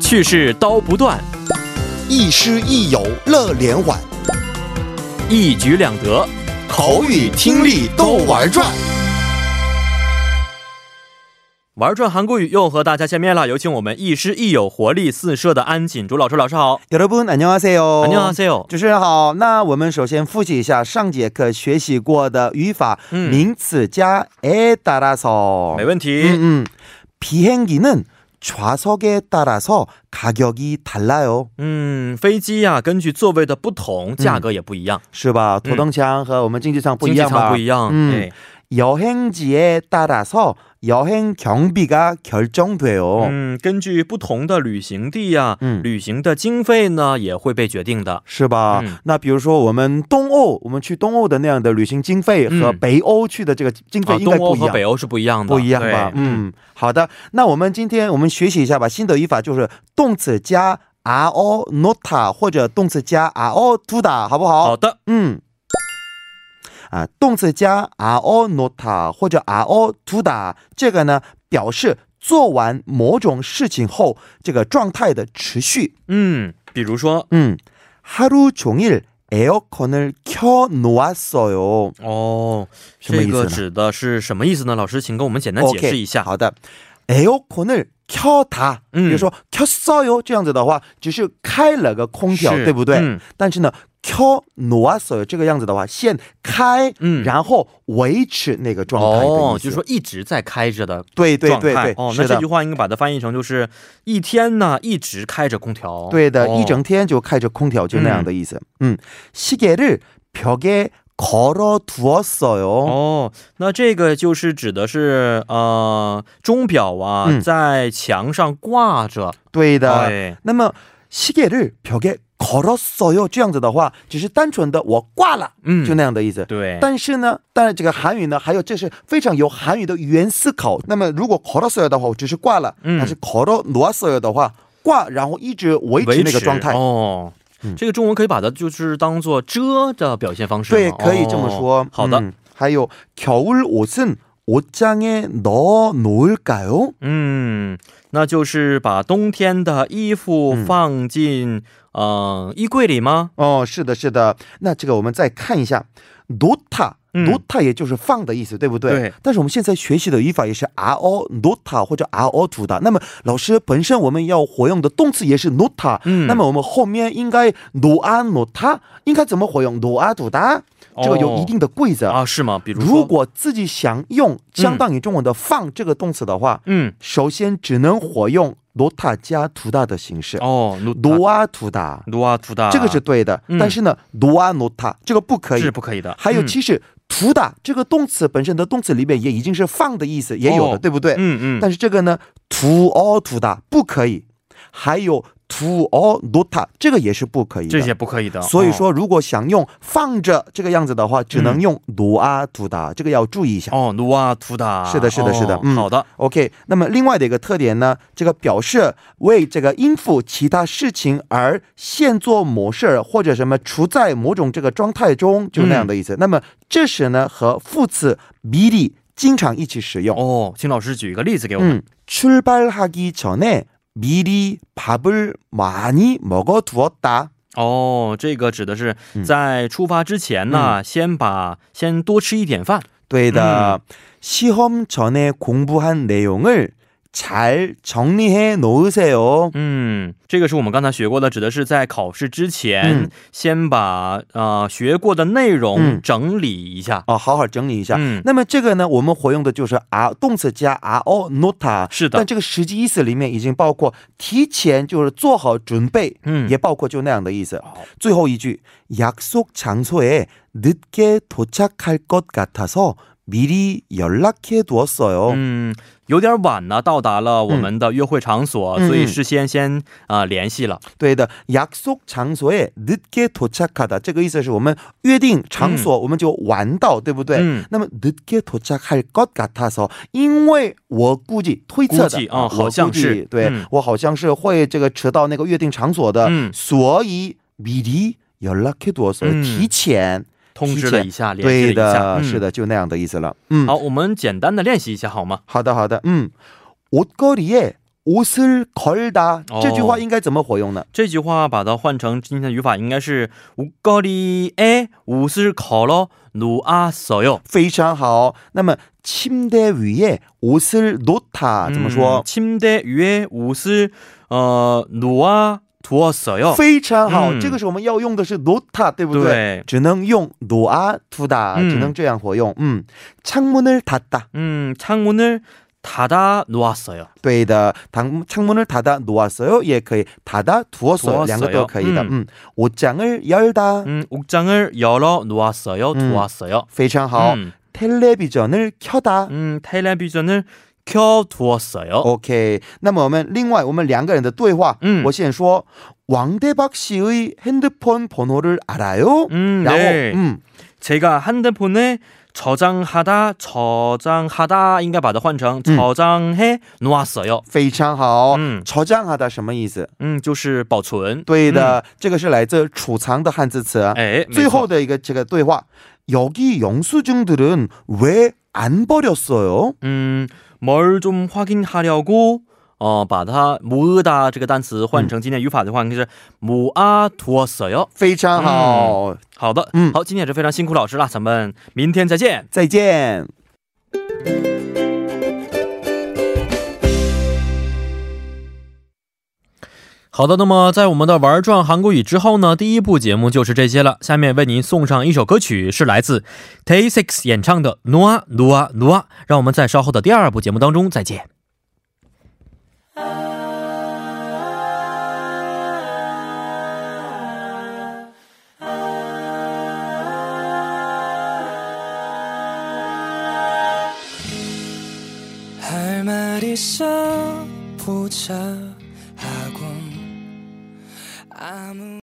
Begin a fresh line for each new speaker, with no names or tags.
去世刀不断，
亦师亦友乐连环，
一举两得。
口语听力都玩转。
玩转韩国语又和大家见面了，有请我们亦师亦友、活力四射的安锦竹老师。老师好，
여러분 안녕하세요.
안녕하세요。
主持人好。那我们首先复习一下上节课学习过的语法，
嗯。 네,
名词加 에 따라서.
没问题。
음, 음. 비행기는 좌석에 따라서 가격이 달라요.
嗯，飞机呀、根据座位的不同，价格也不一样，
是吧? 도동창 和我们经济舱不
음。 经
一
济
样吧
舱不一样。
嗯
哎
여행지에 따라서 여행 경비가 결정돼요.
嗯，根据不同的旅行地呀、
哦嗯
旅行的经费呢也会被决定的。
是吧、
嗯
那比如说我们东欧，我们去东欧的那样的旅行经费和
嗯
北欧去的这个经费
啊，
应该
东欧
不一
和
样。
北欧是不一样的，
不一样吧
对？
嗯，好的。那我们今天我们学习一下吧。新的语法就是动词加 r o nota 或者动词加 r o tuda，好不好？
好的，
嗯。啊，动词加 r o nota 或者 r o tuda，这个呢表示做完某种事情后这个状态的持续。
嗯，比如说，
음, 하루 종일 에어컨을 켜 놓았어요.
哦，
什么
这
意思呢
个指的是什么意思呢？老师，请给我们简单解释
OK，
一下。
好的。哎 에어컨을 켜다.
嗯。
比如说 켰어요 这样子的话，只是开了个空调，
是，
对不对？
嗯。
但是呢，啊 켜놓았어요 这个样子的话，先开，
嗯。
然后维持那个状态的
哦，
意思。
就是说一直在开着的状态。
对，对，对，对，
哦，那
是的。
这句话应该把它翻译成就是一天呢一直开着空调。
对的，
哦嗯
一整天就开着空调，就那样的意思。 음. 시계를 벽에 걸어두었어요.
哦，那这个就是指的是呃钟表啊、
嗯
在墙上挂着。
对的。
哎
那么시계를벽에걸었어요这样子的话，只是单纯的我挂了，
嗯
就那样的意思。
对，
但是呢，当然这个韩语呢，还有这是非常有韩语的语言思考。那么如果걸었어요的话，我只是挂了；
嗯
但是걸어놓았어요的话，挂然后一直维持
维
那个状
어,
态。
哦。
嗯
这个中文可以把它就是当做遮的表现方式
对，
吗，
可以这么说。
哦好的，
嗯还有 음. 겨울옷은옷장에넣어놓을까요？
嗯，那就是把冬天的衣服
嗯
放进嗯、呃衣柜里吗？
哦，是的，是的。那这个我们再看一下，nota。
嗯
nota 也就是放的意思，对不对？
对。
但是我们现在学习的语法也是 r o nota 或者 r o t 的。那么老师本身我们要活用的动词也是 nota，、
嗯
那么我们后面应该 no a nota 应该怎么活用 no a t 的？这个有一定的规则。
哦啊，是吗？比如说
如果自己想用相当于中文的“放”这个动词的话，
嗯
首先只能活用 nota 加 t 大的形式
哦，努
no a t 大。
努啊图达，
这个是对的，
嗯
但是呢 do a no ta 这个不可以
是。不可以的。嗯
还有，其实 to da 这个动词本身的动词里面也已经是放的意思，也有的，
哦
对不对？
嗯嗯嗯，
但是这个呢 to all to da 不可以，还有 to all no ta 这个也是不可以的。
这些不可以的。
所以
哦
说，如果想用放着这个样子的话，只
嗯
能用 do a to da，这个要注意一下。
哦，努啊图达，
是的是的是的
哦
嗯
好的，
OK，那么另外的一个特点呢，这个表示为这个应付其他事情而现做某事儿或者什么处在某种这个状态中，就那样的意思。那么这时呢和副词미리经常一起使用。
哦，请老师举一个例子给我们。
嗯，출발하기전에미리밥을많이먹어두었다。
哦，这个指的是
嗯
在出发之前呢，先把先多吃一点饭。
对的，시험전에공부한내용을잘정리해놓으세요。
嗯，这个是我们刚才学过的，指的是在考试之前，
嗯
先把呃学过的内容
嗯
整理一下。
哦，好好整理一下。
嗯，
那么这个呢，我们活用的就是 r 动词加 r o nota，
是的
但这个实际意思里面已经包括提前就是做好准备，
嗯
也包括就那样的意思。最后一句，약속장소에늦게도착할것같아서미리연락해두었어요。
嗯，有点晚呢，到达了我们的约会场所，
嗯
所以事先先啊、呃联系了。
对的，약속장소에늦게도착하다这个意思是我们约定场所，我们就玩到，对不对？
嗯
那么늦게도착할것같아서，因为我估计推测
估
的
计啊
我
好像是
估计对、
嗯
我好像是会这个迟到那个约定场所的，
嗯
所以미리연락해두었어요，
嗯
提前
通知了一下，联系了
对
一下，
的、
嗯
是。的，就那样的意思了。嗯，
好，我们简单的练习一下好吗？
好的，好的，嗯，옷걸이에 옷 옷을걸다
哦
这句话应该怎么活用呢？
这句话把它换成今天的语法，应该是옷걸이에옷을걸어놓았어요。
非常好。那么침대위에옷을놓
음.
다啊怎么说？
嗯 침대위에옷을어놓아두었어요。
非常好、
嗯
这个时候我们要用的是놓다，对不对？
对，
只能用놓아두다，
嗯
只能这样活用。嗯，창문을닫다，
嗯，창문을닫아놓았어요。
对的，당창문을닫아놓았어요也可以，닫아두었어요
두었어요 음。
两个都可以的。
嗯
嗯，옷장을열다，
嗯，옷장을열어놓았어요두었어요。 嗯
非常嗯好。
음,
텔레비전을 켜다。
음 텔레비전을 켜두었어요.
OK，那么我们另外我们两个人的对话，
嗯
我先说王대박씨의핸드폰번호를알아요，
嗯，
然后
네.
嗯，
제가 핸드폰에 저장하다 저장하다 인가 봐도 환정
음.
저장해 놓았어요. 음,
非常好。
嗯
朝장하다什么意思？
嗯，就是保存。
对的，这个是来自储藏的汉字词。
음。 哎，
最后
没错
的一个这个对话，여기영수증들은왜 안버렸어요？
嗯，뭘 좀 확인하려고 어, 바다 모으다 这个单词换成今天语法的话，应该是모아두었어요。 어,
非常好，
好的，
嗯
好，今天也是非常辛苦老师了，咱们明天再见。
再见。
好的，那么在我们的玩转韩国语之后呢，第一部节目就是这些了。下面为您送上一首歌曲，是来自 Tay Six 演唱的《努啊努啊努啊》，让我们在稍后的第二部节目当中再见。
할 말 있어 보자 하고 아무